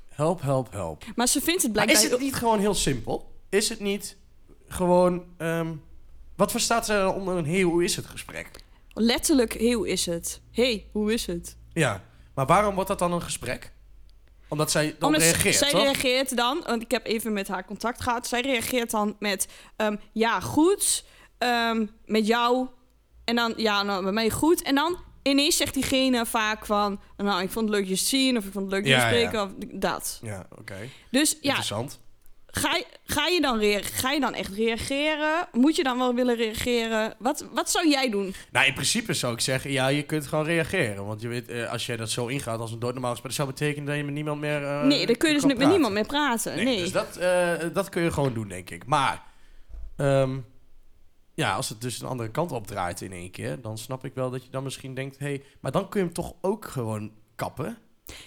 [SPEAKER 1] Help, help, help.
[SPEAKER 2] Maar ze vindt het
[SPEAKER 1] Maar
[SPEAKER 2] blijkbaar...
[SPEAKER 1] is het niet gewoon heel simpel? Is het niet gewoon... ehm, wat verstaat ze dan onder een hey, hoe is het gesprek?
[SPEAKER 2] Letterlijk, hey, hoe is het? hey, hoe is het?
[SPEAKER 1] Ja, maar waarom wordt dat dan een gesprek? Omdat zij dan
[SPEAKER 2] Omdat ze-
[SPEAKER 1] reageert,
[SPEAKER 2] zij
[SPEAKER 1] toch?
[SPEAKER 2] reageert dan, want ik heb even met haar contact gehad. Zij reageert dan met, ehm, ja, goed, ehm, met jou. En dan, ja, nou, met mij goed. En dan ineens zegt diegene vaak van, nou, ik vond het leuk je te zien. Of ik vond het leuk je
[SPEAKER 1] Ja,
[SPEAKER 2] te
[SPEAKER 1] ja.
[SPEAKER 2] spreken, of dat.
[SPEAKER 1] Ja, oké.
[SPEAKER 2] Dus ja,
[SPEAKER 1] Interessant.
[SPEAKER 2] ga, je- ga, je dan rea- ga je dan echt reageren? Moet je dan wel willen reageren? Wat, wat zou jij doen?
[SPEAKER 1] Nou, in principe zou ik zeggen, ja, je kunt gewoon reageren. Want je weet, eh, als jij dat zo ingaat als een doodnormaal gesprek... dat zou betekenen dat je met niemand meer eh,
[SPEAKER 2] nee, dan kun je dus
[SPEAKER 1] kan
[SPEAKER 2] niet met niemand
[SPEAKER 1] praten.
[SPEAKER 2] meer praten. Nee.
[SPEAKER 1] Dus dat, eh, dat kun je gewoon doen, denk ik. Maar, ehm, ja, als het dus een andere kant opdraait in één keer... dan snap ik wel dat je dan misschien denkt... hé, hey, maar dan kun je hem toch ook gewoon kappen?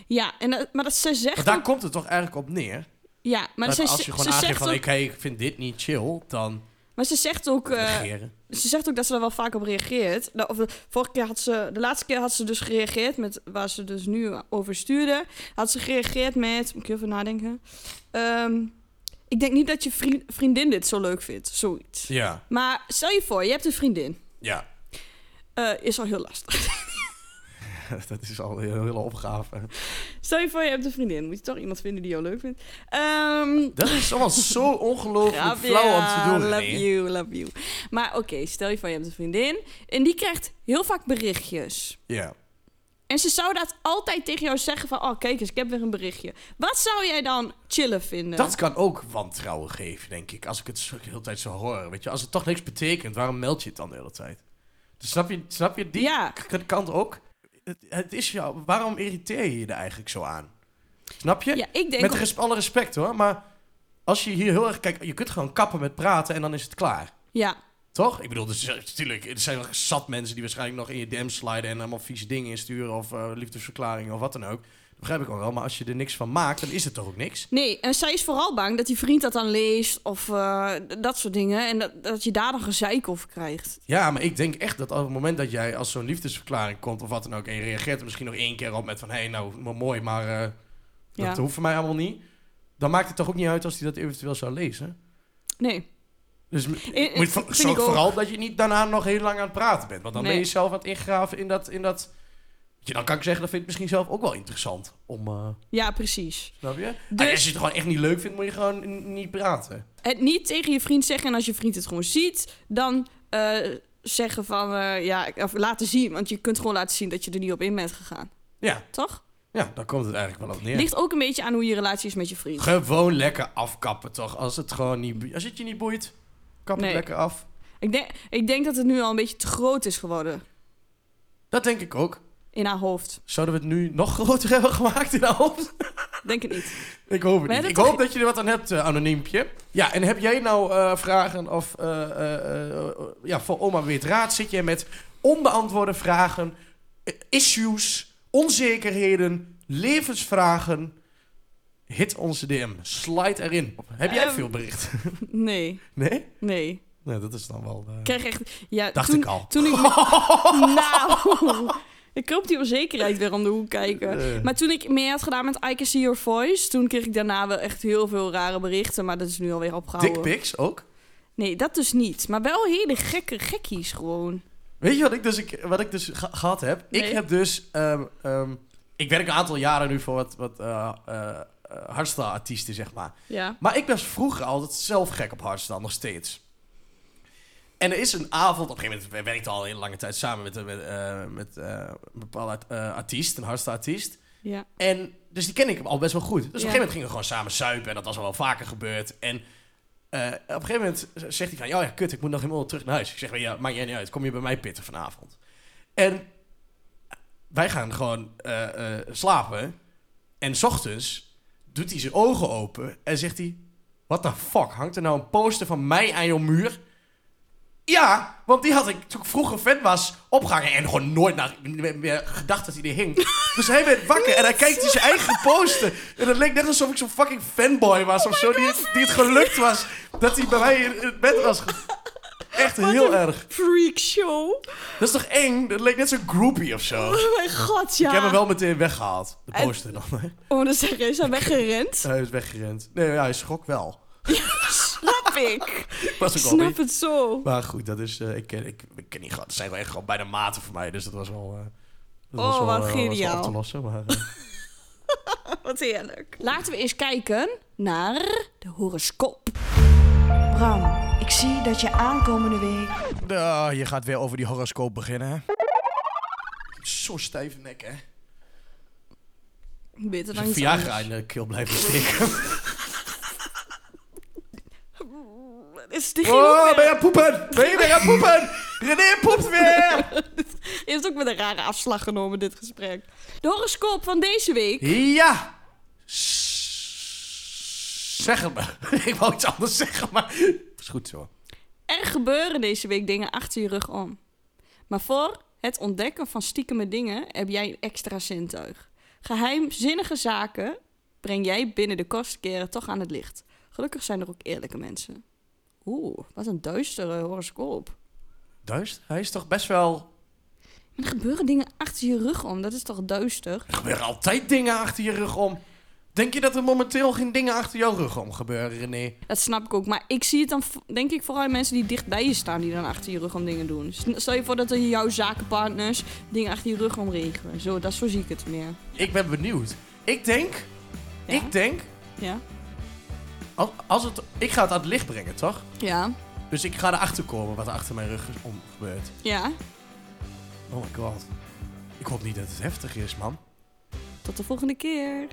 [SPEAKER 2] Ja, en, dat- maar dat ze zegt
[SPEAKER 1] Want daar
[SPEAKER 2] ook-
[SPEAKER 1] komt het toch eigenlijk op neer?
[SPEAKER 2] Ja, maar
[SPEAKER 1] Dat
[SPEAKER 2] ze,
[SPEAKER 1] als je
[SPEAKER 2] ze
[SPEAKER 1] gewoon
[SPEAKER 2] zegt
[SPEAKER 1] aangeeft van,
[SPEAKER 2] ook,
[SPEAKER 1] ik, hey, ik vind dit niet chill... dan
[SPEAKER 2] maar ze zegt ook, eh,
[SPEAKER 1] reageren.
[SPEAKER 2] ze zegt ook dat ze daar wel vaak op reageert. Nou, Of de, vorige keer had ze, de laatste keer had ze dus gereageerd met waar ze dus nu over stuurde. Had ze gereageerd met, moet ik even nadenken. Ehm, ik denk niet dat je vriend- vriendin dit zo leuk vindt, zoiets.
[SPEAKER 1] Ja,
[SPEAKER 2] Maar stel je voor, je hebt een vriendin.
[SPEAKER 1] ja.
[SPEAKER 2] Eh, is al heel lastig.
[SPEAKER 1] dat is al een hele opgave.
[SPEAKER 2] Stel je voor, je hebt een vriendin. Moet je toch iemand vinden die jou leuk vindt? Ehm
[SPEAKER 1] Dat is allemaal zo ongelooflijk
[SPEAKER 2] Grapje,
[SPEAKER 1] flauw om te doen.
[SPEAKER 2] Love
[SPEAKER 1] René.
[SPEAKER 2] you, love you. Maar oké, stel je voor, je hebt een vriendin. En die krijgt heel vaak berichtjes.
[SPEAKER 1] Ja.
[SPEAKER 2] En ze zou dat altijd tegen jou zeggen van... Oh, kijk eens, ik heb weer een berichtje. Wat zou jij dan chillen vinden?
[SPEAKER 1] Dat kan ook wantrouwen geven, denk ik. Als ik het zo- de hele tijd zo hoor. Weet je, als het toch niks betekent, waarom meld je het dan de hele tijd? Dus snap je, snap je die
[SPEAKER 2] Ja.
[SPEAKER 1] k- kant ook? Het, het is jou, waarom irriteer je je er eigenlijk zo aan? Snap je?
[SPEAKER 2] Ja, ik denk...
[SPEAKER 1] met
[SPEAKER 2] op-
[SPEAKER 1] res- alle respect hoor, maar als je hier heel erg... Kijk, je kunt gewoon kappen met praten en dan is het klaar.
[SPEAKER 2] Ja,
[SPEAKER 1] Toch? Ik bedoel, dus, natuurlijk, er zijn wel zat mensen die waarschijnlijk nog in je DM sliden en allemaal vieze dingen insturen of eh, liefdesverklaringen of wat dan ook. Dat begrijp ik ook wel, maar als je er niks van maakt, dan is het toch ook niks?
[SPEAKER 2] nee. En zij is vooral bang dat die vriend dat dan leest of eh, d- dat soort dingen. En dat, dat je daar dan gezeik over krijgt.
[SPEAKER 1] Ja, maar ik denk echt dat op het moment dat jij als zo'n liefdesverklaring komt of wat dan ook en je reageert er misschien nog één keer op met van hé, hey, nou m- mooi, maar eh,
[SPEAKER 2] Ja.
[SPEAKER 1] dat hoeft voor mij allemaal niet. Dan maakt het toch ook niet uit als hij dat eventueel zou lezen?
[SPEAKER 2] Nee.
[SPEAKER 1] Dus m-
[SPEAKER 2] eh,
[SPEAKER 1] moet je vo-
[SPEAKER 2] vind ik
[SPEAKER 1] zorg
[SPEAKER 2] ook.
[SPEAKER 1] vooral dat je niet daarna nog heel lang aan het praten bent. Want dan ben
[SPEAKER 2] Nee.
[SPEAKER 1] je zelf aan het ingraven in dat... In dat Weet je, dan kan ik zeggen, dat vind ik misschien zelf ook wel interessant om... eh,
[SPEAKER 2] Ja, precies.
[SPEAKER 1] Snap je?
[SPEAKER 2] Dus-
[SPEAKER 1] Ah, als je het gewoon echt niet leuk vindt, moet je gewoon n- niet praten.
[SPEAKER 2] het niet tegen je vriend zeggen. En als je vriend het gewoon ziet, dan eh, zeggen van eh, ja, of laten zien. Want je kunt gewoon laten zien dat je er niet op in bent gegaan.
[SPEAKER 1] Ja,
[SPEAKER 2] Toch?
[SPEAKER 1] ja daar komt het eigenlijk wel op neer.
[SPEAKER 2] Ligt ook een beetje aan hoe je relatie is met je vriend.
[SPEAKER 1] Gewoon lekker afkappen, toch? Als het gewoon niet... boe- Als het je niet boeit, kap
[SPEAKER 2] Nee.
[SPEAKER 1] het lekker af.
[SPEAKER 2] Ik denk, ik denk dat het nu al een beetje te groot is geworden
[SPEAKER 1] Dat denk ik ook.
[SPEAKER 2] in haar hoofd.
[SPEAKER 1] Zouden we het nu nog groter hebben gemaakt in de hoofd?
[SPEAKER 2] Denk het niet.
[SPEAKER 1] Ik hoop het niet.
[SPEAKER 2] Maar dat
[SPEAKER 1] Ik
[SPEAKER 2] toch-
[SPEAKER 1] hoop dat je er wat aan hebt, eh, anoniempje. Ja, en heb jij nou eh, vragen of... eh, eh, eh, eh, ja, voor oma weer het raad zit jij met onbeantwoorde vragen, eh, issues, onzekerheden, levensvragen... Hit onze DM. Slide erin. Heb jij
[SPEAKER 2] Ehm.
[SPEAKER 1] veel bericht?
[SPEAKER 2] Nee,
[SPEAKER 1] Nee?
[SPEAKER 2] nee.
[SPEAKER 1] Nee, dat is dan wel... eh,
[SPEAKER 2] Ik krijg echt. Ja,
[SPEAKER 1] Dacht
[SPEAKER 2] toen,
[SPEAKER 1] ik al.
[SPEAKER 2] Toen ik. nou. Ik kroop die onzekerheid weer om de hoek kijken.
[SPEAKER 1] Eh.
[SPEAKER 2] Maar toen ik mee had gedaan met I Can See Your Voice... toen kreeg ik daarna wel echt heel veel rare berichten. Maar dat is nu alweer opgehouden.
[SPEAKER 1] Dick pics ook?
[SPEAKER 2] Nee, dat dus niet. Maar wel hele gekke gekkies gewoon.
[SPEAKER 1] Weet je wat ik dus, ik, wat ik dus ge- gehad heb? Ik
[SPEAKER 2] Nee.
[SPEAKER 1] heb dus... ehm, ehm, ik werk een aantal jaren nu voor wat, wat eh, eh, eh, hardstyle-artiesten, zeg maar.
[SPEAKER 2] Ja.
[SPEAKER 1] Maar ik was vroeger altijd zelf gek op hardstyle, nog steeds. En er is een avond, op een gegeven moment, we werkten al een hele lange tijd samen met, eh, met, eh, met eh, een bepaalde eh, artiest, een hardstyle-artiest.
[SPEAKER 2] Ja.
[SPEAKER 1] En dus die ken ik al best wel goed. Dus op een gegeven
[SPEAKER 2] Ja.
[SPEAKER 1] moment gingen we gewoon samen suipen. En dat was al wel vaker gebeurd. En eh, op een gegeven moment z- zegt hij van... Ja, ja, kut, ik moet nog helemaal terug naar huis. Ik zeg, maar, ja, maakt jij niet uit. Kom je bij mij pitten vanavond? En wij gaan gewoon eh, eh, slapen. En 's ochtends doet hij zijn ogen open en zegt hij... What the fuck, hangt er nou een poster van mij aan jouw muur? Ja, want die had ik toen ik vroeger fan was opgehangen en gewoon nooit naar, meer gedacht dat hij er hing. Dus hij werd wakker en hij kijkt in zijn eigen poster. En dat leek net alsof ik zo'n fucking fanboy was
[SPEAKER 2] Oh
[SPEAKER 1] of zo, die het, die het gelukt was dat hij bij mij in het bed was. ge- Echt heel erg.
[SPEAKER 2] Freak show.
[SPEAKER 1] Dat is toch eng? Dat leek net zo'n groupie of zo.
[SPEAKER 2] Oh mijn god, ja.
[SPEAKER 1] Ik heb hem wel meteen weggehaald, de
[SPEAKER 2] En-
[SPEAKER 1] poster dan. hè.
[SPEAKER 2] Oh, dan zeg je, is hij weggerend?
[SPEAKER 1] Hij is weggerend. Nee, ja, hij schrok wel.
[SPEAKER 2] Snap ik.
[SPEAKER 1] Was
[SPEAKER 2] Ik
[SPEAKER 1] ook wel een
[SPEAKER 2] snap het zo.
[SPEAKER 1] Maar goed, dat is. eh, ik, ken, ik, ik ken niet. gewoon- Dat zijn wel echt gewoon bijna maten voor mij. Dus dat was wel. eh, dat
[SPEAKER 2] Oh,
[SPEAKER 1] was wel,
[SPEAKER 2] wat
[SPEAKER 1] eh, was wel
[SPEAKER 2] geniaal.
[SPEAKER 1] op te lossen, maar. eh,
[SPEAKER 2] Wat heerlijk. Laten we eens kijken naar de horoscoop.
[SPEAKER 3] Bram, ik zie dat je aankomende week
[SPEAKER 1] nou, je gaat weer over die horoscoop beginnen. hè? Zo stijve nek, hè?
[SPEAKER 2] Beter dan
[SPEAKER 1] Een
[SPEAKER 2] iets
[SPEAKER 1] Viagra
[SPEAKER 2] anders.
[SPEAKER 1] in de keel blijven steken.
[SPEAKER 2] Is die
[SPEAKER 1] Oh, ben je aan het poepen? Ben je weer aan het poepen? René poept weer!
[SPEAKER 2] Je hebt ook met een rare afslag genomen dit gesprek. De horoscoop van deze week.
[SPEAKER 1] Ja! S- Zeg het maar. Ik wou iets anders zeggen, maar. Is goed zo.
[SPEAKER 2] Er gebeuren deze week dingen achter je rug om. Maar voor het ontdekken van stiekeme dingen heb jij een extra zintuig. Geheimzinnige zaken breng jij binnen de kortste keren toch aan het licht. Gelukkig zijn er ook eerlijke mensen. Oeh, wat een duistere horoscoop.
[SPEAKER 1] Duist? Hij is toch best wel.
[SPEAKER 2] Maar er gebeuren dingen achter je rug om, dat is toch duister?
[SPEAKER 1] Er gebeuren altijd dingen achter je rug om. Denk je dat er momenteel geen dingen achter jouw rug om gebeuren, René?
[SPEAKER 2] Dat snap ik ook. Maar ik zie het dan, v- denk ik, vooral in mensen die dicht bij je staan, die dan achter je rug om dingen doen. S- Stel je voor dat er jouw zakenpartners dingen achter je rug om regelen. Zo, dat zo zie ik het meer.
[SPEAKER 1] Ik ben benieuwd. Ik denk,
[SPEAKER 2] Ja?
[SPEAKER 1] ik denk,
[SPEAKER 2] Ja.
[SPEAKER 1] als, als het, ik ga het aan het licht brengen, toch?
[SPEAKER 2] Ja.
[SPEAKER 1] Dus ik ga erachter komen wat er achter mijn rug is om gebeurt.
[SPEAKER 2] Ja.
[SPEAKER 1] Oh my god. Ik hoop niet dat het heftig is, man.
[SPEAKER 2] Tot de volgende keer.